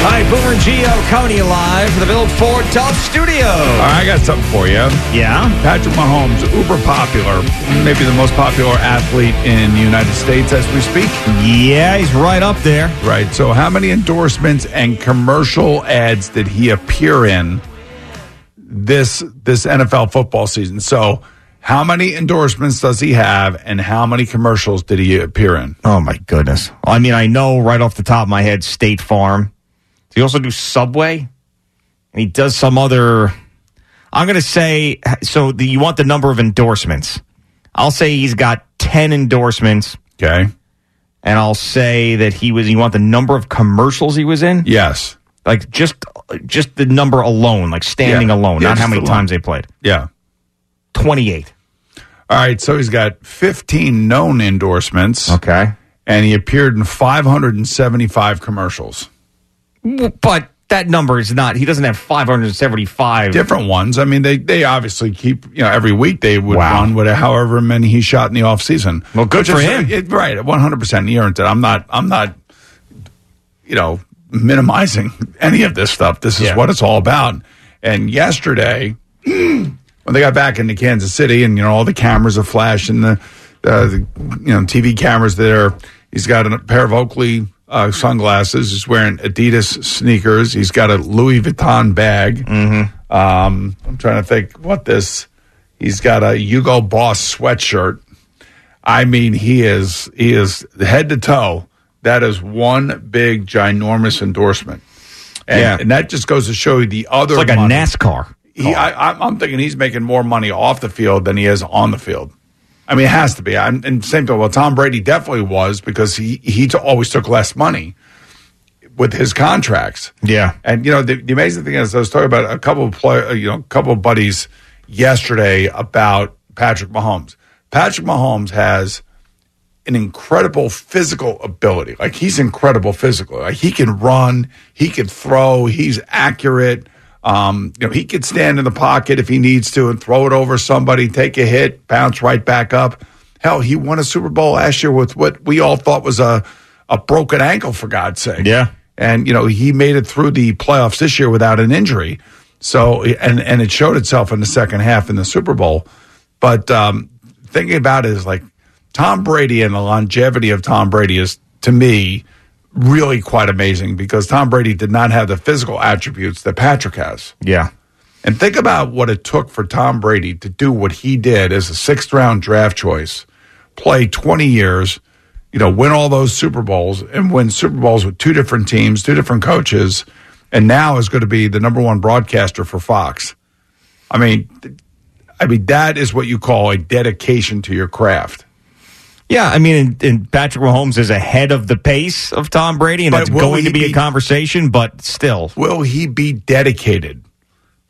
All right, Boomer and Gio Coney live from the Billboard Top Studio. All right, I got something for you. Yeah? Patrick Mahomes, uber popular, maybe the most popular athlete in the United States as we speak. Yeah, he's right up there. Right. So, how many endorsements and commercial ads did he appear in this this NFL football season? So, how many endorsements does he have, and how many commercials did he appear in? Oh, my goodness. I mean, I know right off the top of my head State Farm. Does he also do Subway? And he does some other. I'm going to say so the, you want the number of endorsements. I'll say he's got 10 endorsements, Okay. and I'll say that he was. You want the number of commercials he was in? Yes. Like just just the number alone, like standing Yeah. alone, Yeah, not how just many alone. times they played. Yeah. 28. All right. So he's got 15 known endorsements, Okay. and he appeared in 575 commercials. But that number is not. He doesn't have 575. different ones. I mean, they they obviously keep you know every week they would Wow. run with however many he shot in the off season. Well, good for him. uh, it, right, one hundred percent. He earned it. I'm not. I'm not. You know, minimizing any of this stuff. This is Yeah. what it's all about. And yesterday, when they got back into Kansas City, and you know all the cameras are flashing the, uh, the you know TV cameras there. He's got a pair of Oakley uh, sunglasses. He's wearing Adidas sneakers. He's got a Louis Vuitton bag. Mm-hmm. Um, I'm trying to think what this. He's got a Hugo Boss sweatshirt. I mean, he is he is head to toe. That is one big ginormous endorsement. And, Yeah. and that just goes to show you the other It's like a money. NASCAR. He, I, I'm- I'm thinking he's making more money off the field than he is on the field. I mean, it has to be. I'm, and same thing. Well, Tom Brady definitely was because he he t- always took less money with his contracts. Yeah. And you know, the, the amazing thing is, I was talking about a couple of play, uh, you know, a couple of buddies yesterday about Patrick Mahomes. Patrick Mahomes has an incredible physical ability. Like he's incredible physical. Like he can run, he can throw, he's accurate. Um, you know, he could stand in the pocket if he needs to and throw it over somebody, take a hit, bounce right back up. Hell, he won a Super Bowl last year with what we all thought was a a broken ankle for God's sake. Yeah. And you know, he made it through the playoffs this year without an injury. So and and it showed itself in the second half in the Super Bowl. But um thinking about it is like Tom Brady and the longevity of Tom Brady is to me really quite amazing because Tom Brady did not have the physical attributes that Patrick has. Yeah. And think about what it took for Tom Brady to do what he did as a sixth round draft choice, play 20 years, you know, win all those Super Bowls and win Super Bowls with two different teams, two different coaches, and now is going to be the number one broadcaster for Fox. I mean, th- I mean, that is what you call a dedication to your craft. Yeah, I mean, and, and Patrick Mahomes is ahead of the pace of Tom Brady, and But that's will going he to be, a be- conversation, but still. Will he be dedicated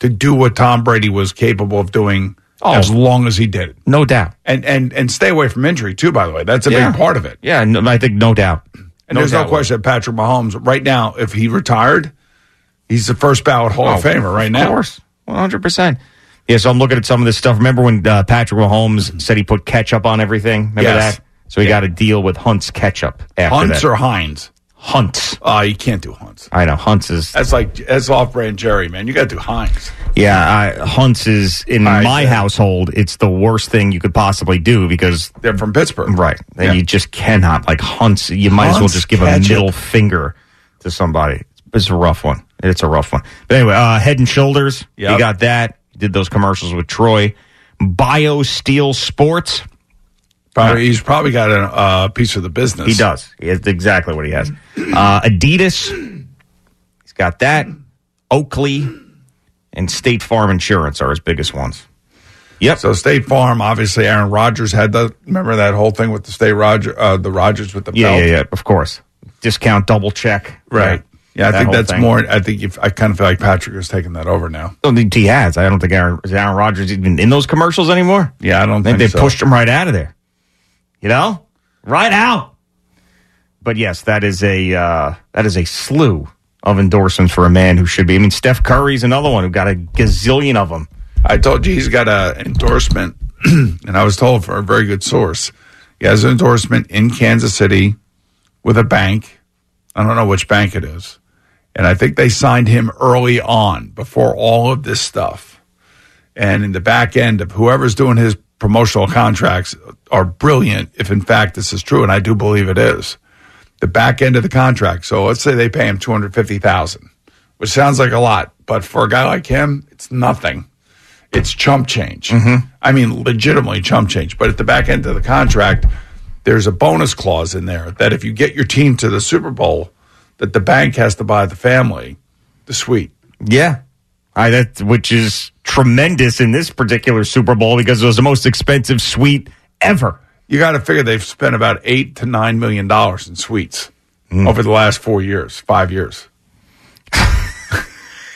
to do what Tom Brady was capable of doing Oh. as long as he did it? No doubt. and and and stay away from injury too. By the way, that's a Yeah. big part of it. Yeah, no, I think no doubt. And there's no doubt. question that Patrick Mahomes right now, if he retired, he's the first ballot Hall of Famer right now. Oh, Of course. 100%. Yeah, so I'm looking at some of this stuff. Remember when uh, Patrick Mahomes said he put ketchup on everything? Remember Yes. that? So he got a deal with Hunt's ketchup after Hunts that. or Hines? Hunt's. Uh, you can't do Hunts. I know Hunt's is That's like that's off-brand Jerry, man. You got to do Hines. yeah. I, Hunt's is in I my see. household. It's the worst thing you could possibly do because They're from Pittsburgh, Right. And Yeah. you just cannot. Like Hunt's, you might as well Hunt's just give ketchup. a middle finger to somebody. It's a rough one. It's a rough one. But anyway, uh, Head and Shoulders. You Yep. got that. Did those commercials with Troy. Bio Steel Sports. Probably, he's probably got a uh, piece of the business. He does. He has exactly what he has. Uh, Adidas, he's got that. Oakley and State Farm Insurance are his biggest ones. Yep. So State Farm, obviously, Aaron Rodgers had the remember that whole thing with the State Roger, uh, the Rogers with the yeah, belt, yeah, yeah. Of course. Discount double check. right. Yeah, I That think whole that's thing. more. I think if, I kind of feel like Patrick is taking that over now. I don't think he has. I don't think Aaron, is Aaron Rodgers even in those commercials anymore. Yeah, I don't I think think, they so. pushed him right out of there. You know, right out. But yes, that is a uh, that is a slew of endorsements for a man who should be. I mean, Steph Curry's another one who got a gazillion of them. I told you he's got an endorsement, and I was told from a very good source. He has an endorsement in Kansas City with a bank. I don't know which bank it is. And I think they signed him early on before all of this stuff. And in the back end of whoever's doing his promotional contracts are brilliant if in fact this is true and I do believe it is. The back end of the contract. So let's say they pay him 250,000, which sounds like a lot, but for a guy like him, it's nothing it's chump change. Mm-hmm. I mean, legitimately chump change. But at the back end of the contract, there's a bonus clause in there that if you get your team to the Super Bowl, that the bank has to buy the family the suite. Yeah, I that which is tremendous in this particular Super Bowl because it was the most expensive suite ever. You got to figure they've spent about eight to nine million dollars in suites Mm. over the last four years, five years.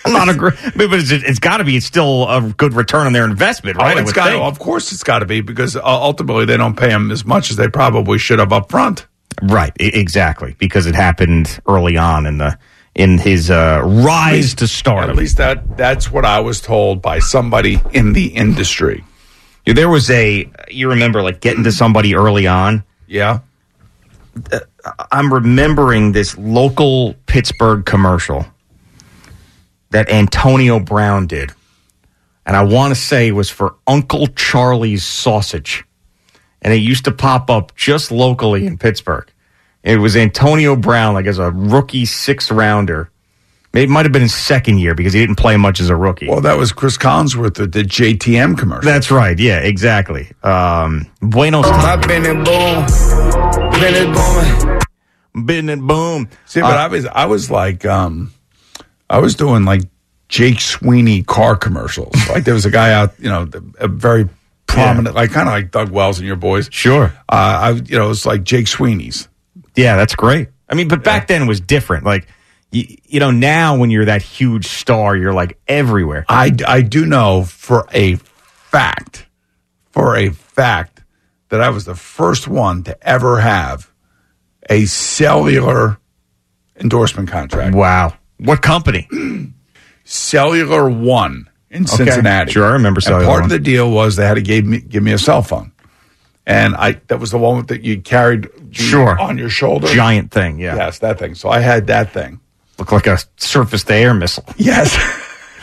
I'm not agree, but it's, it's got to be it's still a good return on their investment, right? Oh, I it's would got to, think. of course, it's got to be because uh, ultimately they don't pay them as much as they probably should have up front. Right, e- exactly, because it happened early on in the in his uh, rise to stardom. At least that that's what I was told by somebody in the industry. Yeah, there was a you remember like getting to somebody early on. Uh, Yeah. I'm remembering this local Pittsburgh commercial that Antonio Brown did. And I want to say it was for Uncle Charlie's sausage. And it used to pop up just locally in Pittsburgh. It was Antonio Brown, like as a rookie six rounder. It might have been his second year because he didn't play much as a rookie. Well, that was Chris Collinsworth that did JTM commercial. That's right. Yeah, exactly. Um, Buenos My Bennett boom, Bennett booming. Been and boom. Uh, See, but I was I was like, um, I was doing like Jake Sweeney car commercials. like there was a guy out, you know, the- a very prominent, like kind of like Doug Wells and your boys. Sure. Uh, I, you know, it's like Jake Sweeney's. Yeah, that's great. I mean, but back then it was different. Like, you, you know, now when you're that huge star, you're like everywhere. I I do know for a fact, for a fact, that I was the first one to ever have a cellular endorsement contract. Wow. What company? Cellular One in Cincinnati. Sure, I remember And Cellular part One. of the deal was they had to give me give me a cell phone, and I that was the one with that you carried the- Sure. on your shoulder. Giant thing. Yeah. Yes, that thing. So I had that thing. Look like a surface to air missile. Yes,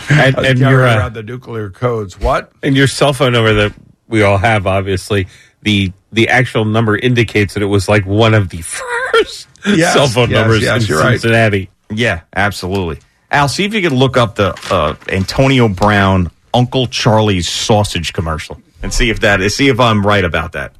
And, I was carrying and your uh, around the nuclear codes. What? and your cell phone number that we all have, obviously, the the actual number indicates that it was like one of the first Yes, cell phone yes, numbers yes, in you're right. Cincinnati. Yeah, absolutely. Al, see if you could look up the uh, Antonio Brown Uncle Charlie's sausage commercial and see if that is, see if I'm right about that.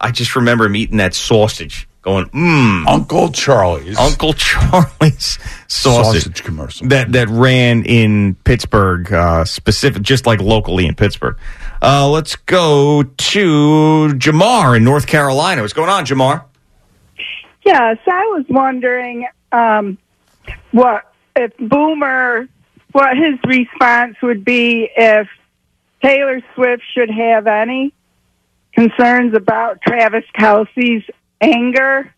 I just remember him eating that sausage, going, mmm, Uncle Charlie's Uncle Charlie's sausage. sausage commercial. that that ran in Pittsburgh, uh, specific, just like locally in Pittsburgh. Uh, let's go to Jamar in North Carolina. What's going on, Jamar? Yes, I was wondering um, what if Boomer, what his response would be if Taylor Swift should have any concerns about Travis Kelsey's anger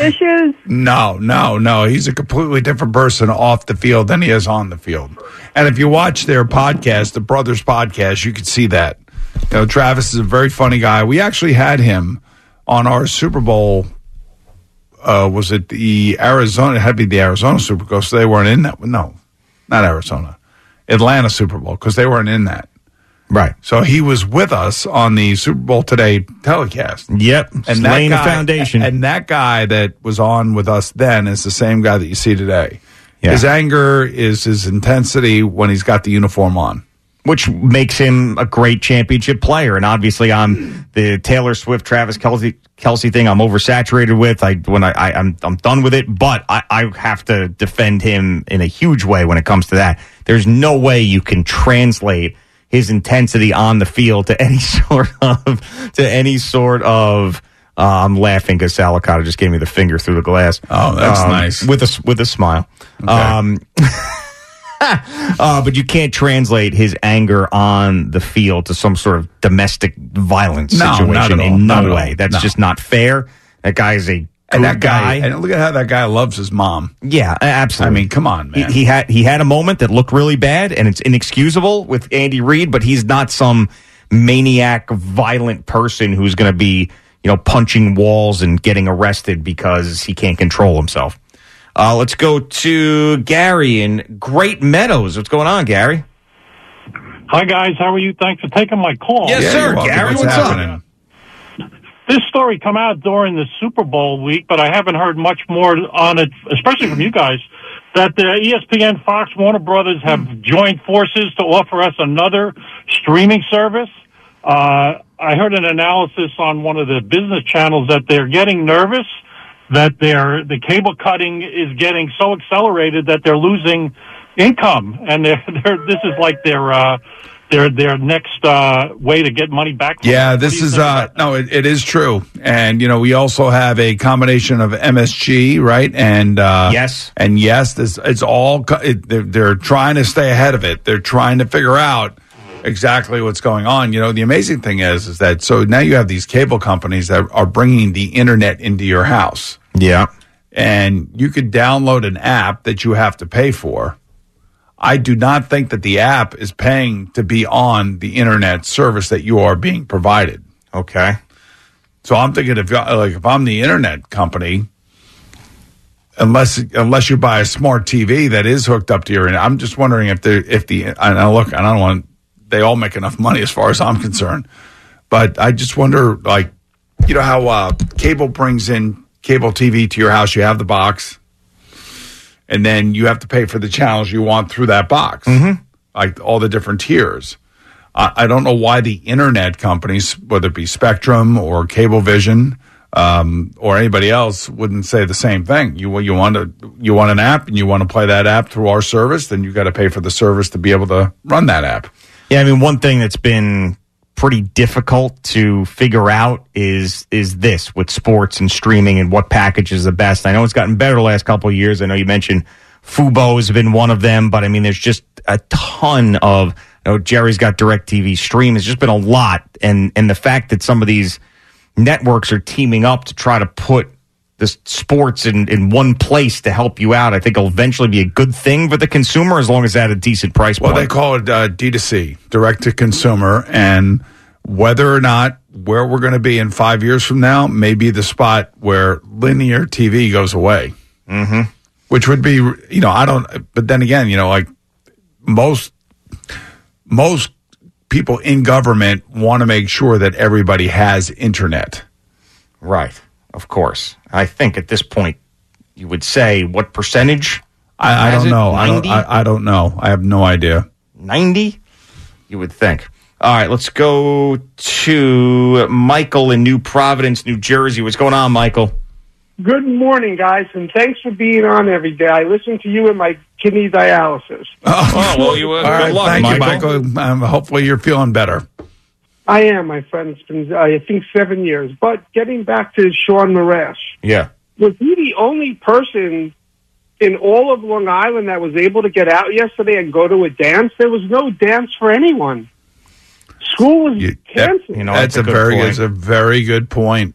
issues. No, no, no. He's a completely different person off the field than he is on the field. And if you watch their podcast, the Brothers podcast, you can see that. You know, Travis is a very funny guy. We actually had him on our Super Bowl. Uh, was it the Arizona? It had to be the Arizona Super Bowl. So they weren't in that. one. No, not Arizona. Atlanta Super Bowl because they weren't in that. Right. So he was with us on the Super Bowl today telecast Yep. And that laying guy- the foundation. And that guy that was on with us then is the same guy that you see today. Yeah. His anger is his intensity when he's got the uniform on. which makes him a great championship player. And obviously, I'm the Taylor Swift, Travis Kelsey, Kelsey thing. I'm oversaturated with. I when I, I I'm I'm done with it. But I, I have to defend him in a huge way when it comes to that. There's no way you can translate his intensity on the field to any sort of to any sort of. Uh, I'm laughing because Salicata just gave me the finger through the glass. Oh, Um, that's nice. With a s- with a smile. Um, uh, but you can't translate his anger on the field to some sort of domestic violence No, situation not at all. in Not at no all. way. That's No. just not fair. That guy is a good And that guy, guy. and look at how that guy loves his mom. yeah, a- I absolutely. mean, come on, he, man. he had he had a moment that looked really bad, and it's inexcusable with Andy Reid. But he's not some maniac, violent person who's going to be you know punching walls and getting arrested because he can't control himself. Uh, let's go to Gary in Great Meadows. What's going on, Gary? Hi, guys. How are you? Thanks for taking my call. Yes, Yeah, sir, you're welcome. Gary, What's, what's up? happening? This story come out during the Super Bowl week, but I haven't heard much more on it, especially from you guys, that the E ESPN, Fox, Warner Brothers have joined forces to offer us another streaming service. Uh, I heard an analysis on one of the business channels that they're getting nervous that their the cable cutting is getting so accelerated that they're losing income, and they're, they're, this is like their uh, their their next uh, way to get money back. from Yeah, them. What do this you is think uh about that? no, it, it is true. And you know, we also have a combination of MSG, right? And uh Yes. And yes, this it's all co- it, they're, they're trying to stay ahead of it. They're trying to figure out exactly what's going on. You know, the amazing thing is is that so now you have these cable companies that are bringing the internet into your house. Yeah. and you could download an app that you have to pay for. I do not think that the app is paying to be on the internet service that you are being provided. Okay. So I'm thinking if y'all- like if I'm the internet company, unless unless you buy a smart TV that is hooked up to your, I'm just wondering if the if the and I look, I don't want they all make enough money as far as I'm concerned, but I just wonder like you know how uh, cable brings in cable TV to your house, you have the box, and then you have to pay for the channels you want through that box, Mm-hmm. like all the different tiers. I, I don't know why the internet companies, whether it be Spectrum or Cablevision um, or anybody else, wouldn't say the same thing. You you want to you want an app and you want to play that app through our service, then you got to pay for the service to be able to run that app. Yeah, I mean, one thing that's been pretty difficult to figure out is is this with sports and streaming and what package is the best. I know it's gotten better the last couple of years. I know you mentioned Fubo has been one of them, but I mean, there's just a ton of. You know, Jerry's got Directv Stream. It's just been a lot, and and the fact that some of these networks are teaming up to try to put the s- sports in, in one place to help you out, I think will eventually be a good thing for the consumer as long as at a decent price Well, point. they call it uh, D2C, direct to consumer, and whether or not where we're going to be in five years from now may be the spot where linear TV goes away. Mm-hmm. Which would be, you know, I don't, but then again, you know, like most most people in government want to make sure that everybody has internet. Right. Of course. I think at this point, you would say what percentage? I, I Has don't it? know. I don't, 90? I, I don't know. I have no idea. 90? You would think. All right, let's go to Michael in New Providence, New Jersey. What's going on, Michael? Good morning, guys, and thanks for being on every day. I listen to you and my kidney dialysis. Oh, well, you uh, All right, good luck, thank Michael. you, Michael. Um, hopefully, you're feeling better. I am, my friend. It's been, I think, seven years. But getting back to Sean Morash, Yeah. was he the only person in all of Long Island that was able to get out yesterday and go to a dance? There was no dance for anyone. School was You- that- canceled. You know, that's, a, good very point. that's a very good point.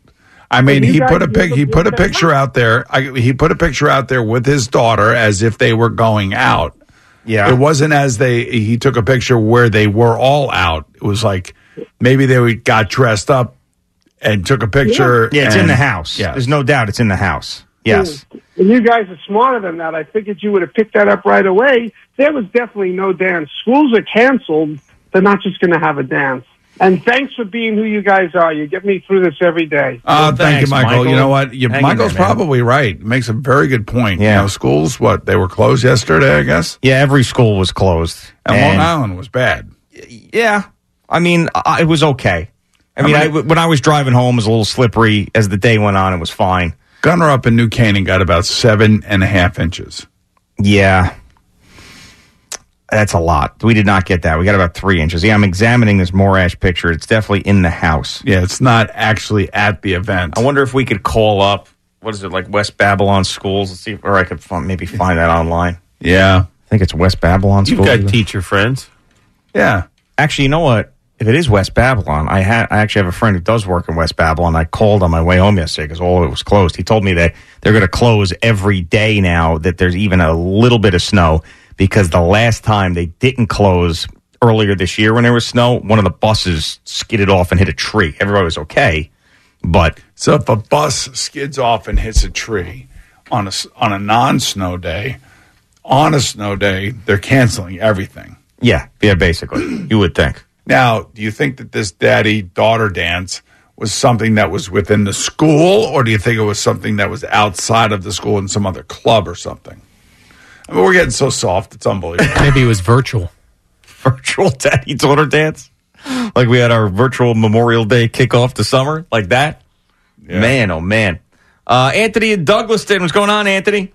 I mean, you he guys put a need pic to he put a look that picture out there. I, he put a picture out there with his daughter as if they were going out. yeah. It wasn't as they he took a picture where they were all out. It was like maybe they would- got dressed up and took a picture. yeah, it's in and- the house. Yeah. There's no doubt it's in the house. Yes. And you guys are smarter than that. I figured you would have picked that up right away. There was definitely no dance. Schools are canceled. They're not just going to have a dance. And thanks for being who you guys are. You get me through this every day. Uh, thank you, thanks, Michael. Michael. You know what? You, Hang in Michael's there, man. probably right. Makes a very good point. Yeah. You know, schools, what? They were closed yesterday, I guess. Yeah, every school was closed. And, And- Long Island was bad. yeah. I mean, I, it was okay. I mean, I, when I was driving home, it was a little slippery. As the day went on, it was fine. Gunner up in New Canaan got about seven and a half inches. Yeah. That's a lot. We did not get that. We got about three inches. Yeah, I'm examining this Morash picture. It's definitely in the house. Yeah, it's not actually at the event. I wonder if we could call up, what is it, like West Babylon Schools? Let's see, if, or I could find, maybe find that online. Yeah. I think it's West Babylon You've Schools. got teacher friends. Yeah. Actually, you know what? If it is West Babylon, I had I actually have a friend who does work in West Babylon. I called on my way home yesterday because all of it was closed. He told me that they're going to close every day now that there's even a little bit of snow because the last time they didn't close earlier this year when there was snow, one of the buses skidded off and hit a tree. Everybody was okay, but So if a bus skids off and hits a tree on a s- on a non snow day, on a snow day, they're canceling everything. yeah, yeah, basically, you would think. Now, do you think that this daddy daughter dance was something that was within the school, or do you think it was something that was outside of the school in some other club or something? I mean, we're getting so soft; it's unbelievable. Maybe it was virtual. virtual daddy daughter dance? Like we had our virtual Memorial Day kickoff to summer, like that? Man, oh man. Uh, Anthony and Douglaston, what's going on, Anthony?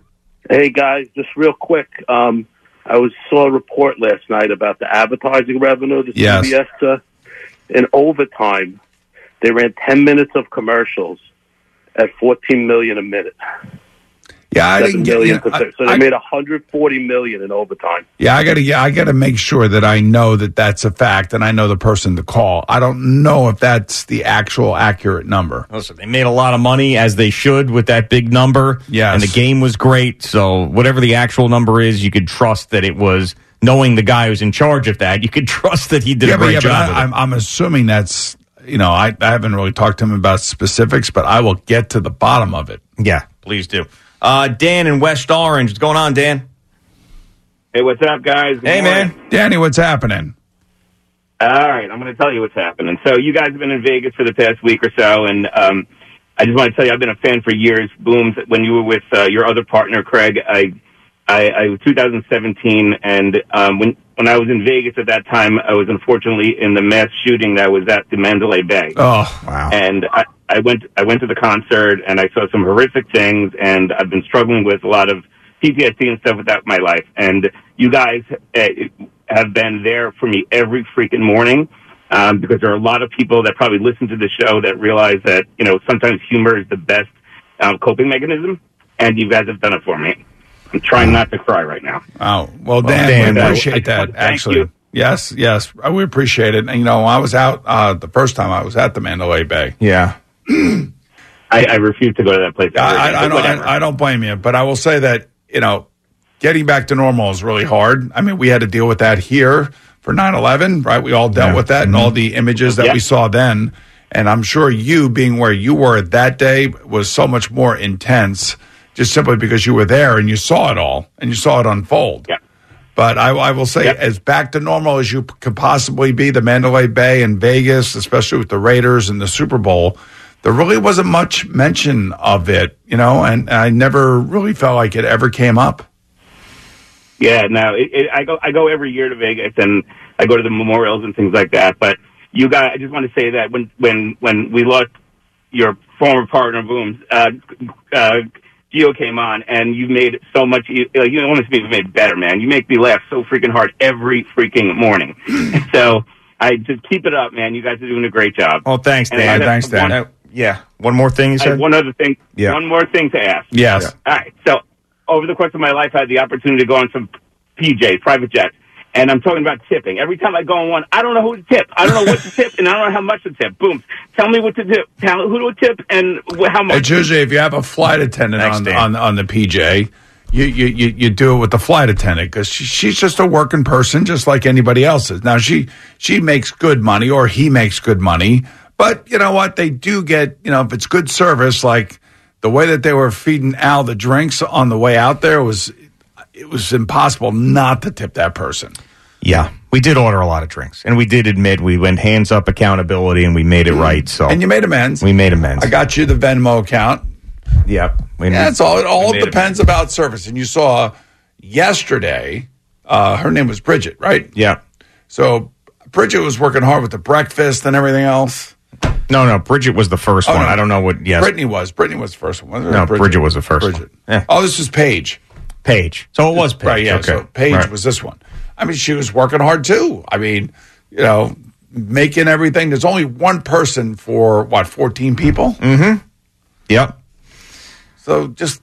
Hey guys, just real quick. Um, I was saw a report last night about the advertising revenue. The Yes. CBS uh, in overtime, they ran ten minutes of commercials at fourteen million a minute. Yeah, I Seven didn't get. million You know, per- so they made hundred forty million in overtime. yeah, I gotta. Yeah, I gotta make sure that I know that that's a fact, and I know the person to call. I don't know if that's the actual accurate number. Listen, they made a lot of money as they should with that big number. Yes. And the game was great. So whatever the actual number is, you could trust that it was knowing the guy who's in charge of that, you could trust that he did yeah, a great but, yeah, job. But with I, it. I'm, I'm assuming that's you know I, I haven't really talked to him about specifics, but I will get to the bottom of it. yeah, please do. Uh, Dan in West Orange, what's going on, Dan? Hey, what's up, guys? Good Hey, morning. man. Danny, what's happening? All right, I'm going to tell you what's happening. So, you guys have been in Vegas for the past week or so, and um, I just want to tell you, I've been a fan for years. Booms, when you were with uh, your other partner, Craig, I, I, I 2017, and um, when when I was in Vegas at that time, I was unfortunately in the mass shooting that was at the Mandalay Bay. Oh wow! And I, I went I went to the concert and I saw some horrific things and I've been struggling with a lot of PTSD and stuff with that in my life. And you guys uh, have been there for me every freaking morning um, because there are a lot of people that probably listen to the show that realize that you know sometimes humor is the best um, coping mechanism. And you guys have done it for me. I'm trying not to cry right now. Oh well, Dan, Dan, uh, we I- appreciate I- that. thank Actually, you. yes, yes, uh, we appreciate it. And you know, I was out uh, the first time I was at the Mandalay Bay. Yeah. I, I refuse to go to that place. ever I, again, I, I but don't. whatever. I, I don't blame you, but I will say that you know, getting back to normal is really hard. I mean, we had to deal with that here for 9-11, right? We all dealt with that and all the images that Mm-hmm. Yeah. we saw then. And I'm sure you being where you were that day was so much more intense, just simply because you were there and you saw it all and you saw it unfold. Yeah. But I, I will say, as back to normal as you p- could possibly be, the Mandalay Bay and Vegas, especially with the Raiders and the Super Bowl, there really wasn't much mention of it, you know, and, and I never really felt like it ever came up. Yeah, no, it, it, I go I go every year to Vegas and I go to the memorials and things like that. But you guys, I just want to say that when when when we lost your former partner Booms, uh, uh, Geo came on and you made so much. You, uh, you almost even made better, man. You make me laugh so freaking hard every freaking morning. so I just keep it up, man. You guys are doing a great job. Oh, thanks, And I Dan. have one- Uh, yeah. One more thing you I have said? one other thing. Yeah. One more thing to ask. Yes. All right. So over the course of my life, I had the opportunity to go on some PJs, private jets, and I'm talking about tipping. Every time I go on one, I don't know who to tip. I don't know what to tip, and I don't know how much to tip. Boom. Tell me what to do. Tell who to tip and wh- how much. It's usually if you have a flight attendant Thanks, on, Dan. on on the PJ, you you you, you do it with the flight attendant because she, she's just a working person, just like anybody else is. Now she she makes good money or he makes good money, but you know what? They do get you know if it's good service, like the way that they were feeding Al the drinks on the way out there was it was impossible not to tip that person. Yeah, we did order a lot of drinks, and we did admit we went hands up accountability, and we made it right. So And you made amends. we made amends. I got you the Venmo account. Yep. We Yeah, that's all. It all we made depends about service. And you saw yesterday, uh, her name was Bridget, right? Yep. So Bridget was working hard with the breakfast and everything else. No, no, Bridget was the first Oh, one. no. I don't know what. Yes, Brittany was. Brittany was the first one. wasn't it? no, Bridget, was the first Bridget. one. Yeah. Oh, this is Paige. Paige. So it was Paige. Right, yeah. Okay. So Paige Right. was this one. I mean, she was working hard too. I mean, you know, making everything. There's only one person for what, 14 people? Mm-hmm. Yep. So just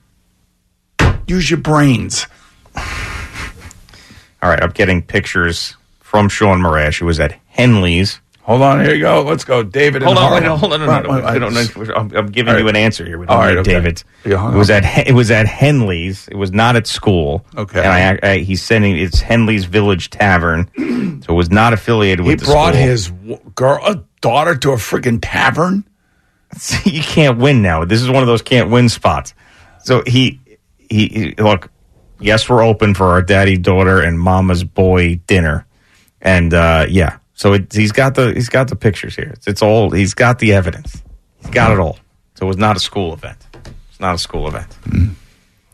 use your brains. All right, I'm getting pictures from Sean Morash, who was at Henley's. Hold on, here you go. Let's go, David. Hold in on, wait, Harlem. hold on, no, no, no. Wait, wait, I don't know. I'm, I'm giving All you right. an answer here. We don't All right, need okay. David. You hung It was up. at it was at Henley's. It was not at school. Okay, and I, I he's sending it's Henley's Village Tavern, so it was not affiliated He with. the brought school. his w- girl, a daughter, to a freaking tavern. you can't win now. This is one of those can't win spots. So he he, he- look. Yes, we're open for our daddy daughter and mama's boy dinner, and uh, yeah. So it, he's got the he's got the pictures here. It's, it's all he's got the evidence. He's got it all. So it was not a school event. It's not a school event. Mm.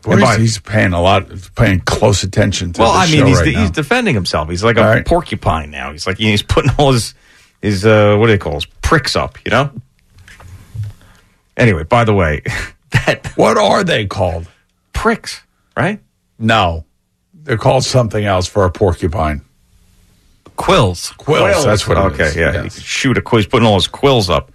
Boy, he's, he's paying a lot, he's paying close attention to. Well, the I mean, show he's, right now. he's defending himself. He's like a All right. porcupine now. He's like he's putting all his his uh, what do they call his pricks up, you know. Anyway, by the way, that what are they called? Pricks, right? No, they're called something else for a porcupine. Quills. Quills, that's what it okay, is. yeah. he could Shoot a quiz, he's putting all his quills up.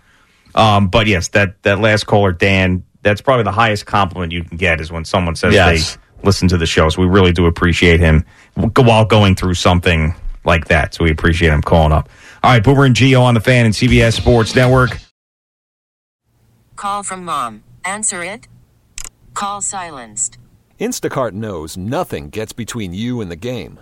Um, but yes, that that last caller, Dan, that's probably the highest compliment you can get is when someone says Yes. they listen to the show. So we really do appreciate him w- while going through something like that. So we appreciate him calling up. All right, Boomer and Geo on the fan and CBS Sports Network. Call from mom. Answer it. Call silenced. Instacart knows nothing gets between you and the game.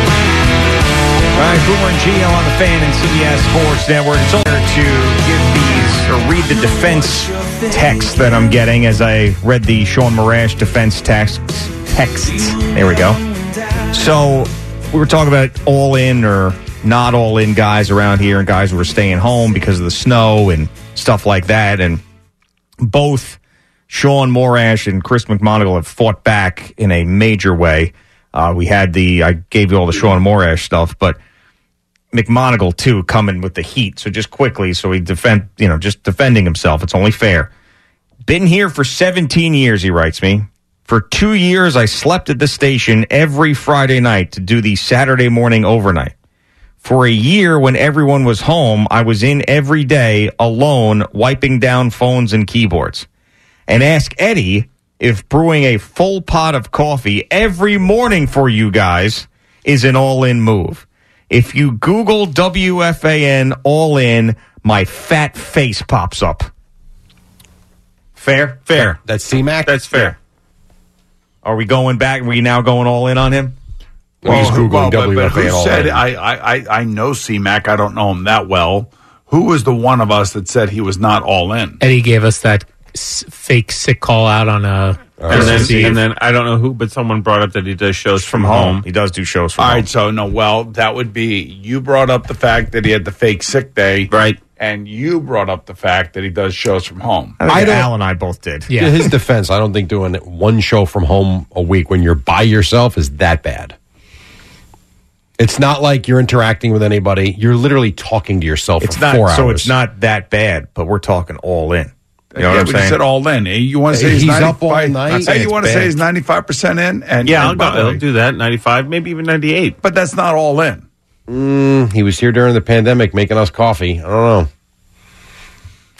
All right, Boomer and Geo on the fan and CBS Sports Network. It's over to give these or read the defense text that I'm getting as I read the Sean Morash defense text texts. There we go. So we were talking about all in or not all in guys around here and guys who were staying home because of the snow and stuff like that. And both Sean Morash and Chris McMonagle have fought back in a major way. Uh, we had the I gave you all the Sean Morash stuff, but McMonagle too coming with the heat. So just quickly, so he defend you know just defending himself. It's only fair. Been here for 17 years, he writes me. For two years, I slept at the station every Friday night to do the Saturday morning overnight. For a year, when everyone was home, I was in every day alone, wiping down phones and keyboards. And ask Eddie if brewing a full pot of coffee every morning for you guys is an all in move. If you Google WFAN all in, my fat face pops up. Fair? Fair. That's C Mac? That's fair. Are we going back? Are we now going all in on him? who- but, but who said I, I, I- I know C-Mac. I don't know him that well. Who was the one of us that said he was not all in? Eddie gave us that s- fake sick call out on a. Oh, and, then, and then I don't know who, but someone brought up that he does shows from, home. He does do shows All right, so no, well, that would be you brought up the fact that he had the fake sick day, right? And you brought up the fact that he does shows from home. Al and I both did. Yeah. his defense, I don't think doing one show from home a week when you're by yourself is that bad. It's not like you're interacting with anybody. You're literally talking to yourself It's for not four so hours. it's not that bad, but we're talking all in. You know yeah, what I'm but you saying? said all in. Eh, You want to say He's he's, up all 95 night. Hey, you want to say he's ninety five percent in? And yeah, I'll, and go, by the I'll way- do that. Ninety five, maybe even ninety eight. But that's not all in. Mm, he was here during the pandemic making us coffee. I don't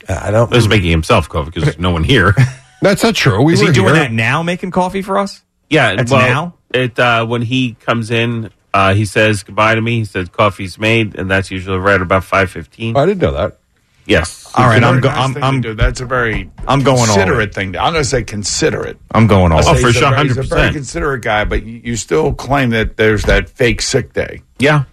know. I don't. This is making himself coffee because there's no one here. That's not true. We is were he doing here. that now, making coffee for us? Yeah, That's well, now? It uh, when he comes in, uh, he says goodbye to me. He says coffee's made, and that's usually right about five fifteen. I didn't know that. Yes. It's a very nice thing to do. That's a very I'm going all considerate thing. to- I'm going to say considerate. I'm going all I'll in. say Oh, for he's a sure, very- He's a 100%. very considerate guy, but you you still claim that there's that fake sick day. Yeah,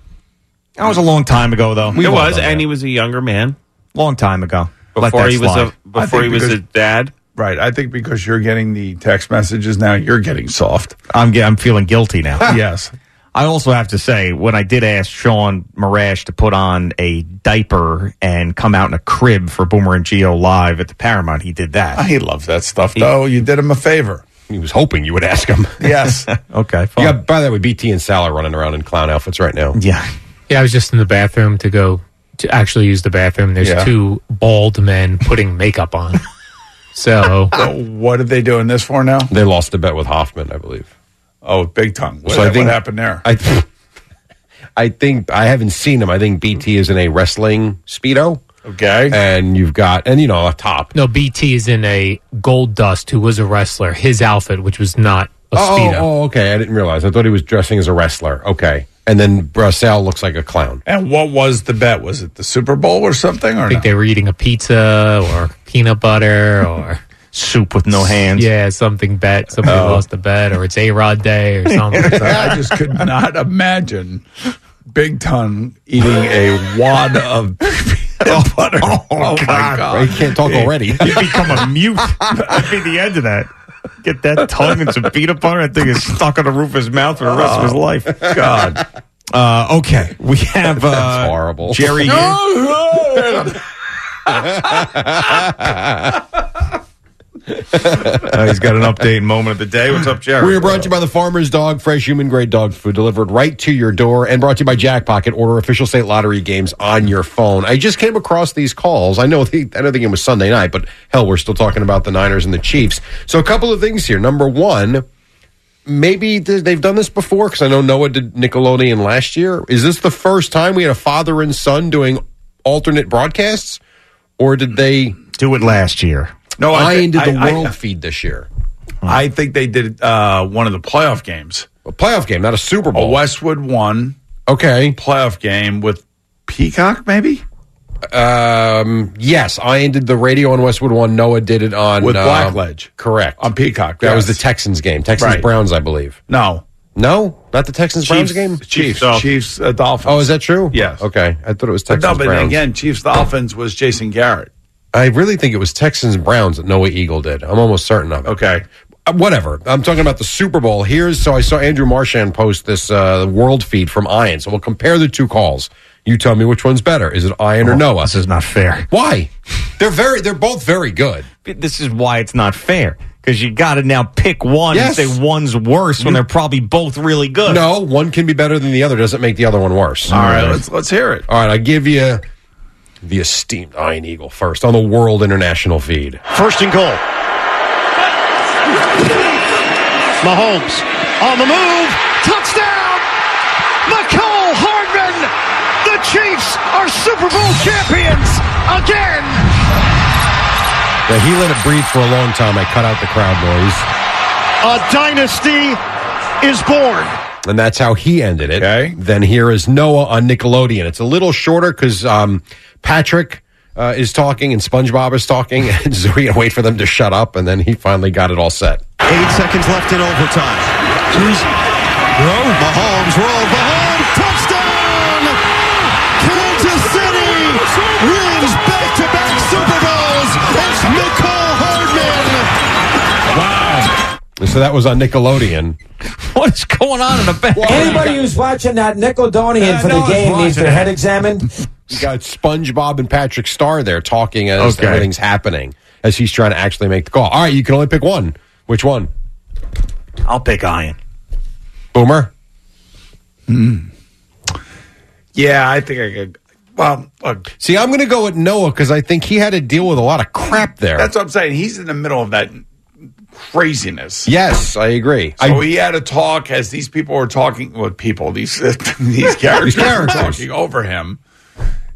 that was a long time ago, though. it was, and he was a younger man long time ago. Let before that he was slide. a before he was a dad. Right. I think because you're getting the text messages now, you're getting soft. I'm ge- I'm feeling guilty now. yes. I also have to say, when I did ask Sean Marash to put on a diaper and come out in a crib for Boomer and Geo live at the Paramount, he did that. Ah, He loves that stuff, though. You did him a favor. He was hoping you would ask him. Yes. okay. You got, by the way, BT and Sal are running around in clown outfits right now. Yeah. Yeah, I was just in the bathroom to go to actually use the bathroom. There's Yeah. two bald men putting makeup on. So what are they doing this for now? They lost a bet with Hoffman, I believe. Oh, big tongue. What, what happened there? I, I think I haven't seen him. I think BT is in a wrestling speedo. Okay, and you've got and you know a top. no, BT is in a Gold Dust, who was a wrestler. His outfit, which was not a Oh, speedo. oh, okay. I didn't realize. I thought he was dressing as a wrestler. Okay, and then Brassel looks like a clown. And what was the bet? Was it the Super Bowl or something? Or I think they were eating a pizza or peanut butter or soup with no hands. Oh. Yeah, something bet. Somebody lost a bet, or it's a Rod Day or something. I just could not imagine Big Ton eating a wad of peanut butter. Oh, my Well, God. he can't talk already. You become a mute. That'd be the end of that. Get that tongue and some peanut butter. That thing is stuck on the roof of his mouth for the rest of Oh, his life. God. Uh, okay, we have uh, horrible Jerry. Uh, he's got an update moment of the day. What's up, Jerry? We are brought to you by the Farmer's Dog, fresh human grade dog food delivered right to your door, and brought to you by Jackpocket. Order official state lottery games on your phone. I just came across these calls. I know the, I don't think it was Sunday night, but hell, we're still talking about the Niners and the Chiefs. So a couple of things here. Number one, maybe th- they've done this before because I know Noah did Nickelodeon last year. Is this the first time we had a father and son doing alternate broadcasts, or did they do it last year? No, I I thi- ended the I- I- world feed this year. I think they did uh, one of the playoff games. A playoff game, not a Super A Bowl. Westwood one Okay. playoff game with Peacock, maybe? Um, yes, I ended the radio on Westwood One. Noah did it on With um, Blackledge. correct. On Peacock. that was the yes. Texans game. Texans Right. Browns, I believe. No. No, not the Texans Browns game. Chiefs. Dolphins. Chiefs uh, Dolphins. Oh, is that true? Yes. Okay, I thought it was But Texans no, but Browns. again, Chiefs Dolphins was Jason Garrett. I really think it was Texans Browns that Noah Eagle did. I'm almost certain of it. Okay. Uh, Whatever. I'm talking about the Super Bowl. Here's so I saw Andrew Marshan post this uh, world feed from Ian. So we'll compare the two calls. You tell me which one's better. Is it Ian or Noah? Oh, This is not fair. Why? They're very. They're both very good. This is why it's not fair because you got to now pick one Yes. and say one's worse when they're probably both really good. No, one can be better than the other. Doesn't make the other one worse. All right, let's let's hear it. All right, I give you the esteemed Iron Eagle first on the World International feed. First and goal. Mahomes on the move. Touchdown. McCole Hardman. The Chiefs are Super Bowl champions again. Now, he let it breathe for a long time. I cut out the crowd noise, A dynasty is born. and that's how he ended it. Okay. Then here is Noah on Nickelodeon. It's a little shorter because um, Patrick. Uh, is talking and SpongeBob is talking, and so we gotta wait for them to shut up, and then he finally got it all set. Eight seconds left in overtime. Easy. Roll. Mahomes rolled. Mahomes touchdown. Kansas City wins back-to-back Super Bowls. It's Nicole Hardman. So that was on Nickelodeon. What is going on in the back? Anybody who's watching that Nickeldonian Uh, for no the one's game needs watching their it. head examined. You got SpongeBob and Patrick Starr there talking as Okay. everything's happening as he's trying to actually make the call. All right, you can only pick one. Which one? I'll pick Ian. Hmm. Boomer? Yeah, I think I could. Well, look. See, I'm going to go with Noah because I think he had to deal with a lot of crap there. That's what I'm saying. He's in the middle of that craziness. yes, I agree. I, So he had a talk as these people were talking with people. These these characters, were characters. talking over him.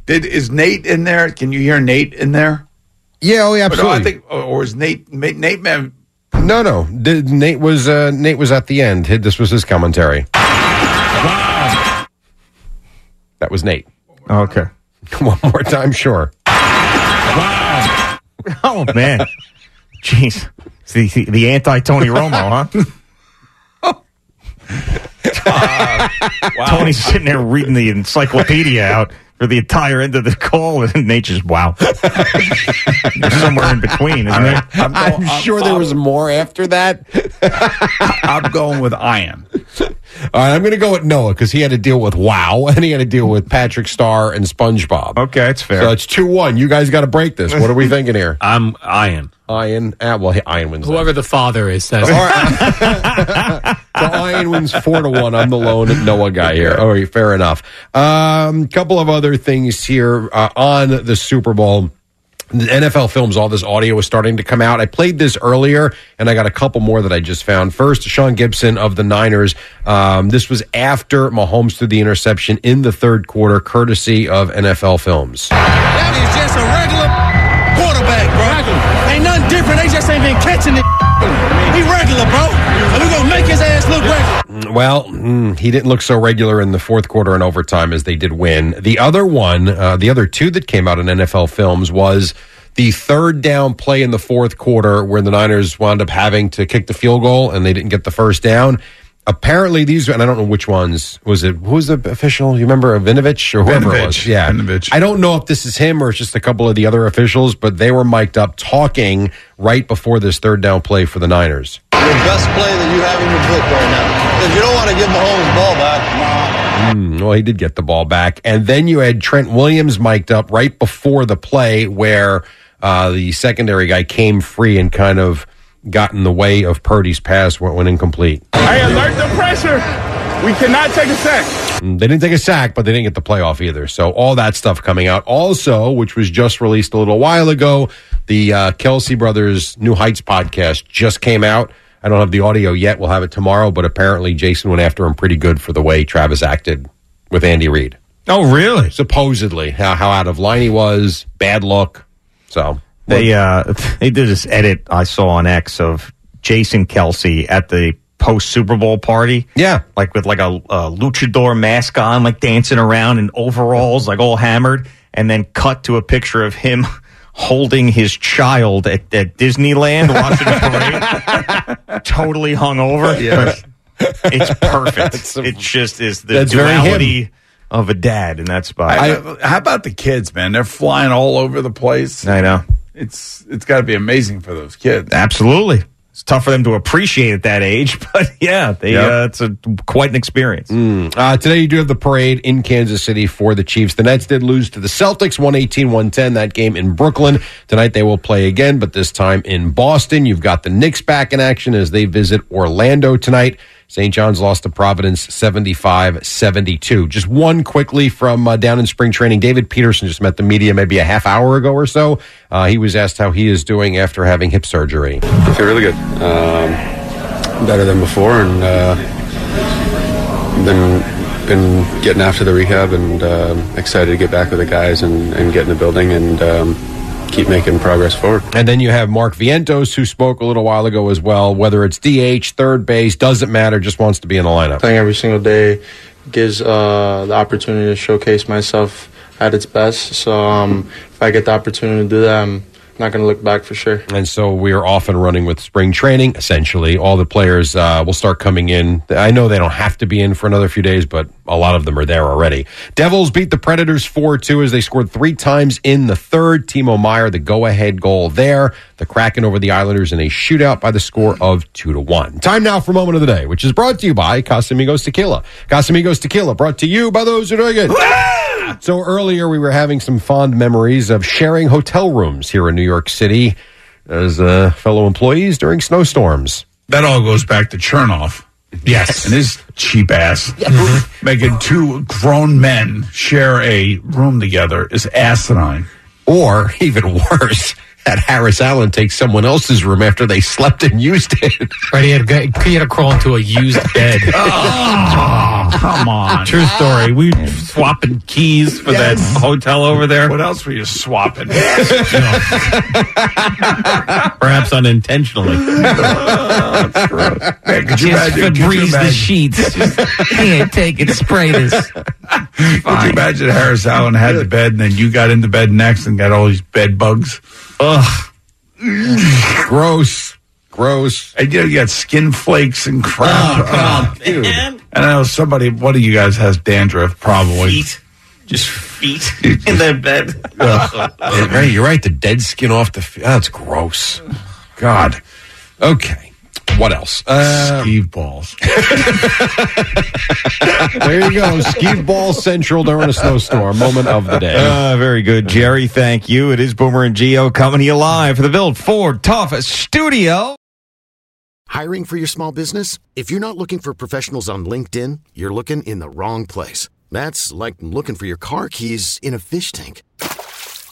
Did is Nate in there? Can you hear Nate in there? yeah, oh, yeah, But no, absolutely. I think, or is Nate Ma- Nate man? no, no, the, Nate was uh, Nate was at the end. This was his commentary. That was Nate. Okay. One more time, sure. Oh man, jeez, It's the, the, anti Tony Romo, huh? Tony's sitting there reading the encyclopedia out for the entire end of the call, and nature's wow. You're somewhere in between, isn't it? I'm, I'm sure there was more after that. I'm going with Ian. All right, I'm going to go with Noah because he had to deal with Wow and he had to deal with Patrick Starr and SpongeBob. Okay, that's fair. So it's two one. You guys got to break this. What are we thinking here? I'm Ian. Ian, ah, well, Ian wins. that. Whoever the father is, that's All right. so Ian wins four to one. I'm the lone Noah guy here. All right, fair enough. Um, couple of other things here uh, on the Super Bowl. The NFL films, all this audio is starting to come out. I played this earlier, and I got a couple more that I just found. First, Sean Gibson of the Niners. Um, this was after Mahomes threw the interception in the third quarter, courtesy of NFL films. That is just a regular quarterback, bro. Ain't nothing different. They just ain't been catching it. He regular, bro. And we gonna make his ass look regular. Well, mm, he didn't look so regular in the fourth quarter and overtime as they did win. The other one, uh, the other two that came out in NFL films was the third down play in the fourth quarter where the Niners wound up having to kick the field goal and they didn't get the first down. Apparently, these and I don't know which ones was it. Who was the official? You remember Vinovich or whoever it was? Vinovich. Yeah, I don't know if this is him or it's just a couple of the other officials, but they were mic'd up talking right before this third down play for the Niners. The best play that you have in your book right now. If you don't want to give Mahomes the ball back, Mm, well, he did get the ball back. And then you had Trent Williams mic'd up right before the play where uh, the secondary guy came free and kind of got in the way of Purdy's pass when it went incomplete. I alert the pressure. We cannot take a sack. Mm, They didn't take a sack, but they didn't get the playoff either. So all that stuff coming out. Also, which was just released a little while ago, the uh, Kelsey Brothers New Heights podcast just came out. I don't have the audio yet. We'll have it tomorrow, but apparently Jason went after him pretty good for the way Travis acted with Andy Reid. Oh, really? Supposedly, how, how out of line he was, bad look. So They uh, they did this edit I saw on X of Jason Kelsey at the post Super Bowl party. Yeah, like with like a, a luchador mask on, like dancing around in overalls, like all hammered, and then cut to a picture of him holding his child at, at Disneyland watching the parade, totally hungover. Yeah. it's perfect. it just is the That's very him. duality of a dad in that spot. I, how about the kids, man? They're flying all over the place. I know. It's it's got to be amazing for those kids. Absolutely. It's tough for them to appreciate at that age, but yeah, they Yep. uh, it's a quite an experience. Mm. Uh, today you do have the parade in Kansas City for the Chiefs. The Nets did lose to the Celtics 118-110 that game in Brooklyn. Tonight they will play again, but this time in Boston. You've got the Knicks back in action as they visit Orlando tonight. St. John's lost to Providence 75-72. Just one quickly from uh, down in spring training. David Peterson just met the media maybe a half hour ago or so. Uh, he was asked how he is doing after having hip surgery. I feel really good. Um, better than before, and uh, been been getting after the rehab, and um excited to get back with the guys and, and get in the building and um, keep making progress forward. And then you have Mark Vientos, who spoke a little while ago as well. Whether it's DH, third base, doesn't matter. Just wants to be in the lineup. Playing every single day gives uh, the opportunity to showcase myself at its best. So um, if I get the opportunity to do that, I'm not going to look back for sure. And so we are off and running with spring training. Essentially, all the players uh, will start coming in. I know they don't have to be in for another few days, but a lot of them are there already. Devils beat the Predators four two as they scored three times in the third. Timo Meyer the go ahead goal there. The Kraken over the Islanders in a shootout by the score of two to one. Time now for moment of the day, which is brought to you by Casamigos Tequila. Casamigos Tequila brought to you by those who drink it. So earlier we were having some fond memories of sharing hotel rooms here in New York City as uh, fellow employees during snowstorms. That all goes back to Chernoff. Yes. And his cheap ass making two grown men share a room together is asinine. Or even worse, that Harris Allen takes someone else's room after they slept and used it. Right, he had, he had to crawl into a used bed. Ah. Oh, come on. True story. We swapping keys for that hotel over there. What else were you swapping? Perhaps unintentionally. could you Just imagine- could you Febreze the imagine- sheets. Just can't take it. Spray this. Could you imagine Harris Allen had the bed and then you got into bed next and got all these bed bugs? Ugh. Gross. Gross. And you, know, you got skin flakes and crap. Oh, dude. And I know somebody, one of you guys has dandruff, probably. Just feet in their bed. Yeah, right, you're right. The dead skin off the. F- ah, that's gross. God. Okay. What else? Uh, Steve balls. there you go. Steve Ball Central during a snowstorm. Moment of the day. Uh, very good, Jerry. Thank you. It is Boomer and Geo coming to you live for the Build Ford Toughest Studio. Hiring for your small business? If you're not looking for professionals on LinkedIn, you're looking in the wrong place. That's like looking for your car keys in a fish tank.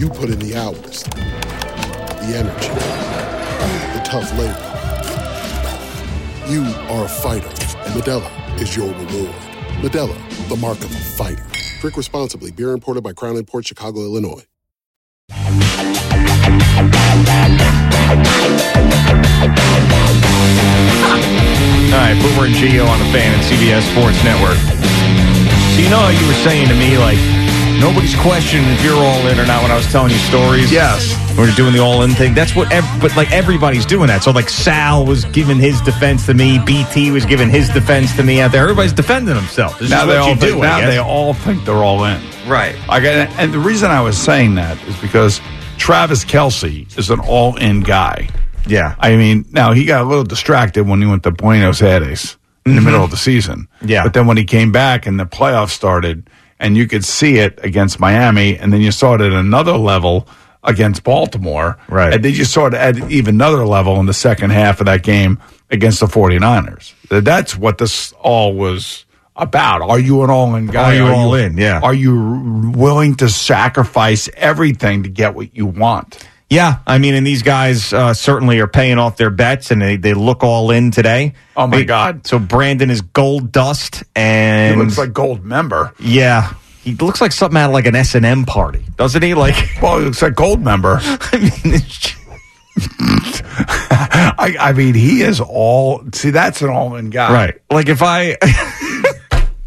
You put in the hours, the energy, the tough labor. You are a fighter, and Medella is your reward. Medella, the mark of a fighter. Drink responsibly. Beer imported by Crown Port Chicago, Illinois. All right, Boomer and Geo on the fan and CBS Sports Network. So you know how you were saying to me, like, nobody's questioning if you're all in or not when I was telling you stories? Yes. We were doing the all in thing. That's what, ev- but like everybody's doing that. So like Sal was giving his defense to me, BT was giving his defense to me out there. Everybody's defending themselves. This now is they what all you think, do. I now guess. they all think they're all in. Right. Like, and, and the reason I was saying that is because Travis Kelsey is an all-in guy. Yeah. I mean, now he got a little distracted when he went to Buenos Aires in the middle of the season. Mm-hmm. Yeah. But then when he came back and the playoffs started, and you could see it against Miami, and then you saw it at another level against Baltimore. Right. And then you saw it at even another level in the second half of that game against the 49ers. Th- That's what this all was about. Are you an all in guy? Are you all in? Yeah. Are you r- willing to sacrifice everything to get what you want? Yeah, I mean, and these guys uh, certainly are paying off their bets, and they, they look all in today. Oh my They- God. So Brandon is gold dust, and he looks like gold member. yeah, he looks like something out of like an S and M party, doesn't he? Like, well, he looks like gold member. I mean, it's- I, I mean, he is all. See, that's an all-in guy, right? Like if I,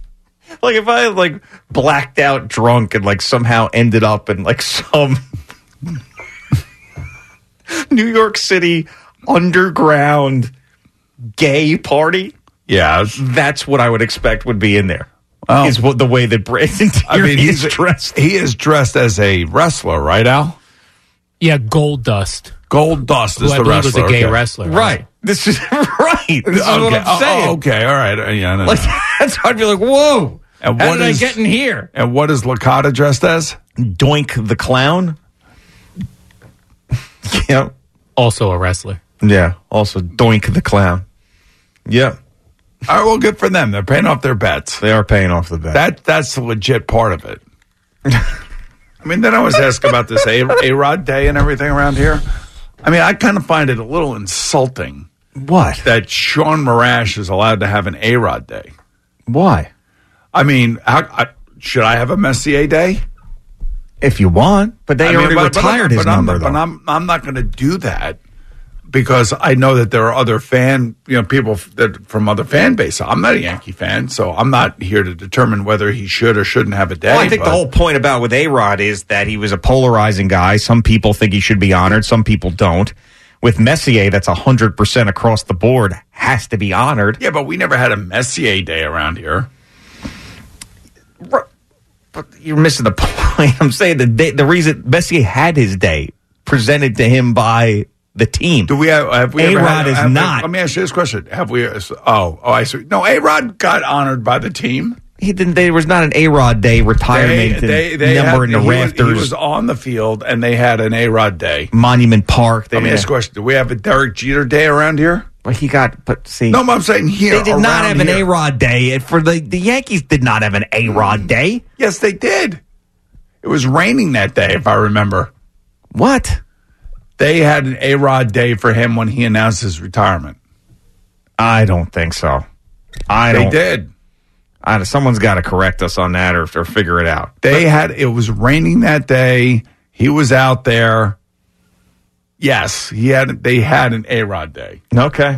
like if I like blacked out drunk and like somehow ended up in like some New York City underground gay party. Yeah, that's what I would expect would be in there. Is Wow. what the way that Brandon I mean, is he's dressed. He is dressed as a wrestler, right, Al? Yeah, Gold Dust. Gold Dust Who is I the believe wrestler. was a gay okay. wrestler. Right. This is right. This is what Okay. Oh, I'm saying. oh, okay, all right. Uh, Yeah, no, no. Like that's I'd be like, whoa. And how what did is- I get in here? And what is Lakata dressed as? Doink the clown. Yep. Also a wrestler. Yeah. Also Doink the clown. Yep. All right, well, good for them. They're paying off their bets. They are paying off the bet. That that's the legit part of it. I mean, then I was asked about this A A Rod Day and everything around here. I mean, I kind of find it a little insulting. What? That Sean Marash is allowed to have an A Rod Day. Why? I mean, how, I, should I have a Messier Day? If you want, but they already retired his but I'm, number, But though. I'm, I'm not going to do that because I know that there are other fan, you know, people f- that from other fan base. I'm not a Yankee fan, so I'm not here to determine whether he should or shouldn't have a day. Well, I think but- the whole point about with A Rod is that he was a polarizing guy. Some people think he should be honored, some people don't. With Messier, that's 100% across the board, has to be honored. Yeah, but we never had a Messier day around here. You're missing the point. I'm saying the day, the reason Messier had his day presented to him by the team. Do we have, have we A ever Rod had- is have we- not. Let me ask you this question: Have we? Oh, oh, I see. No, A Rod got honored by the team. He didn't. There was not an A Rod day retirement and number in the he was- rafters. he was on the field, and they had an A Rod day. Monument Park. They Let me had- ask you a question: Do we have a Derek Jeter day around here? But he got. But see, no, but I'm saying here They did not around have an here. A Rod day. And For the the Yankees did not have an A Rod day. Mm. Yes, they did. It was raining that day, if I remember. What? They had an A Rod day for him when he announced his retirement. I don't think so. I They don't- did. I, someone's got to correct us on that or, or figure it out. They had it was raining that day. He was out there. Yes, he had. They had an A Rod day. Okay.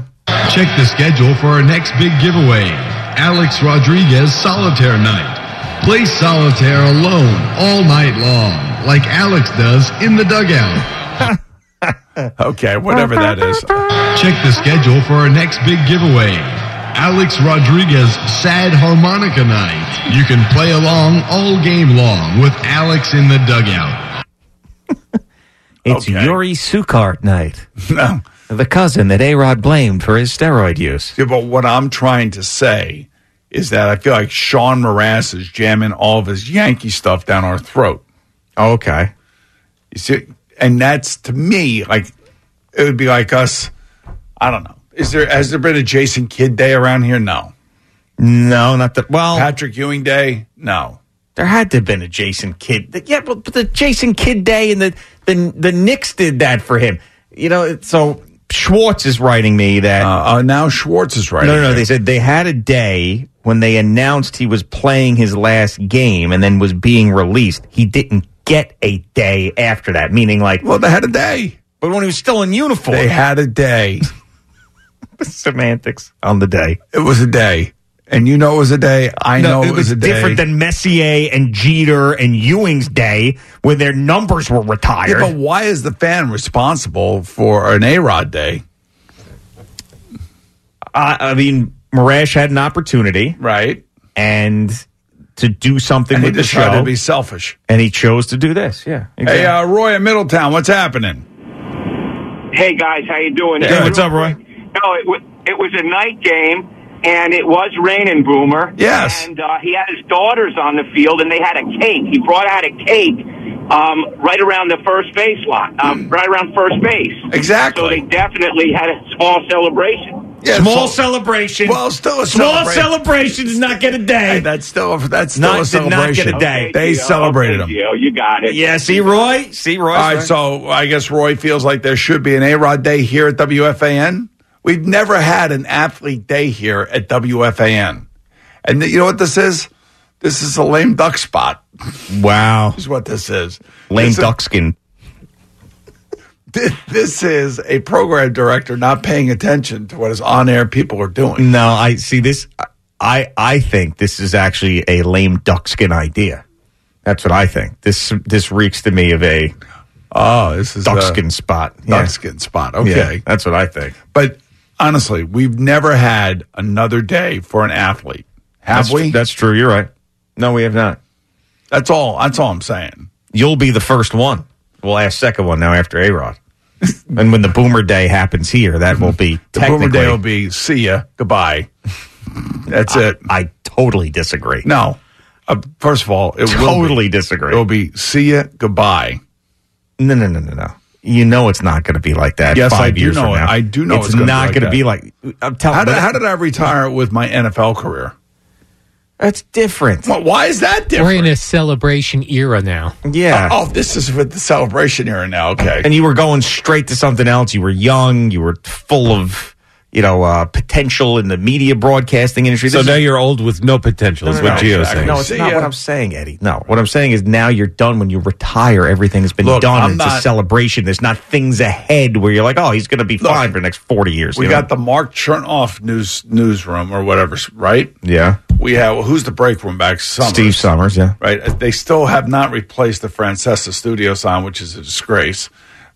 Check the schedule for our next big giveaway Alex Rodriguez Solitaire Night. Play solitaire alone all night long, like Alex does in the dugout. okay, whatever that is. Check the schedule for our next big giveaway Alex Rodriguez Sad Harmonica Night. You can play along all game long with Alex in the dugout. It's Yuri Sukart night. No. The cousin that A Rod blamed for his steroid use. Yeah, but what I'm trying to say is that I feel like Sean Morass is jamming all of his Yankee stuff down our throat. Okay. You see, and that's to me like it would be like us. I don't know. Is there has there been a Jason Kidd day around here? No. No, not the well Patrick Ewing day. No. There had to have been a Jason Kidd. Yeah, but, but the Jason Kidd day and the, the the Knicks did that for him. You know, so Schwartz is writing me that. Uh, uh, now Schwartz is writing No, no, no. you. They said they had a day when they announced he was playing his last game and then was being released. He didn't get a day after that, meaning like. Well, they had a day. But when he was still in uniform. They had a day. Semantics on the day. It was a day. And you know it was a day. I No, know it, was, a day. different than Messier and Jeter and Ewing's day when their numbers were Yeah, retired. but why is the fan responsible for an A Rod day? I, uh, I mean, Marash had an opportunity, right, and to do something And he with the decided show, to be selfish, and he chose to do this. Yeah, Hey, uh, Roy in Middletown, what's happening? Hey guys, how you doing? Hey, what's up, Roy? No, it, wa it was a night game, and it was raining, Boomer. Yes. And uh, he had his daughters on the field, and they had a cake. He brought out a cake um, right around the first base lot, um, right around first base. Mm. Exactly. So they definitely had a small celebration. small celebration. Well, still a small celebration. celebration does not get a day. that's still that's not, still a did not get celebration. a day. They celebrated him. You, you got it. Yeah, see, Roy. See, Roy. All right, so I guess Roy feels like there should be an A Rod day here at WFAN. We've never had an athlete day here at WFAN. And th- you know what this is? This is a lame duck spot. Wow. is what this is. Lane This is- Duckskin. thi- This is a program director not paying attention to what his on air people are doing. No, I see this. I I think this is actually a lame duckskin idea. That's what I think. This this reeks to me of a oh, this is duckskin a- spot. Duckskin spot. Okay. that's what I think. But honestly, we've never had another day for an athlete, have That's tr- we? that's true. You're right. No, we have not. That's all. That's all I'm saying. You'll be the first one. We'll ask second one now after A Rod. and when the Boomer Day happens here, that will be The Boomer Day technically- will be see ya, goodbye. That's it. I totally disagree. No, uh, first of all, it will Totally be, disagree. It will be see ya, goodbye. No, no, no, no, no. You know it's not going to be like that. Yes, five I do years know from it. now. I do know it's it's gonna be not like going to that. be like. I'm telling. How did, but- how did I retire with my NFL career? That's different. Well, why is that different? We're in a celebration era now. Yeah. Oh, this is with the celebration era now. Okay. And you were going straight to something else. You were young. You were full of, you know, uh, potential in the media broadcasting industry. So This now is- you're old with no potential, is what Geo saying. No, it's not what I'm saying, Eddie. No, what I'm saying is now you're done. When you retire, everything has been Look, done. I'm it's a not- celebration. There's not things ahead where you're like, oh, he's going to be fine for the next 40 years. We you know? got the Mark Chernoff news newsroom or whatever, right? yeah, We have who's the break room back? Summers, Steve Summers. Yeah, right? They still have not replaced the Francesa Studio sign, which is a disgrace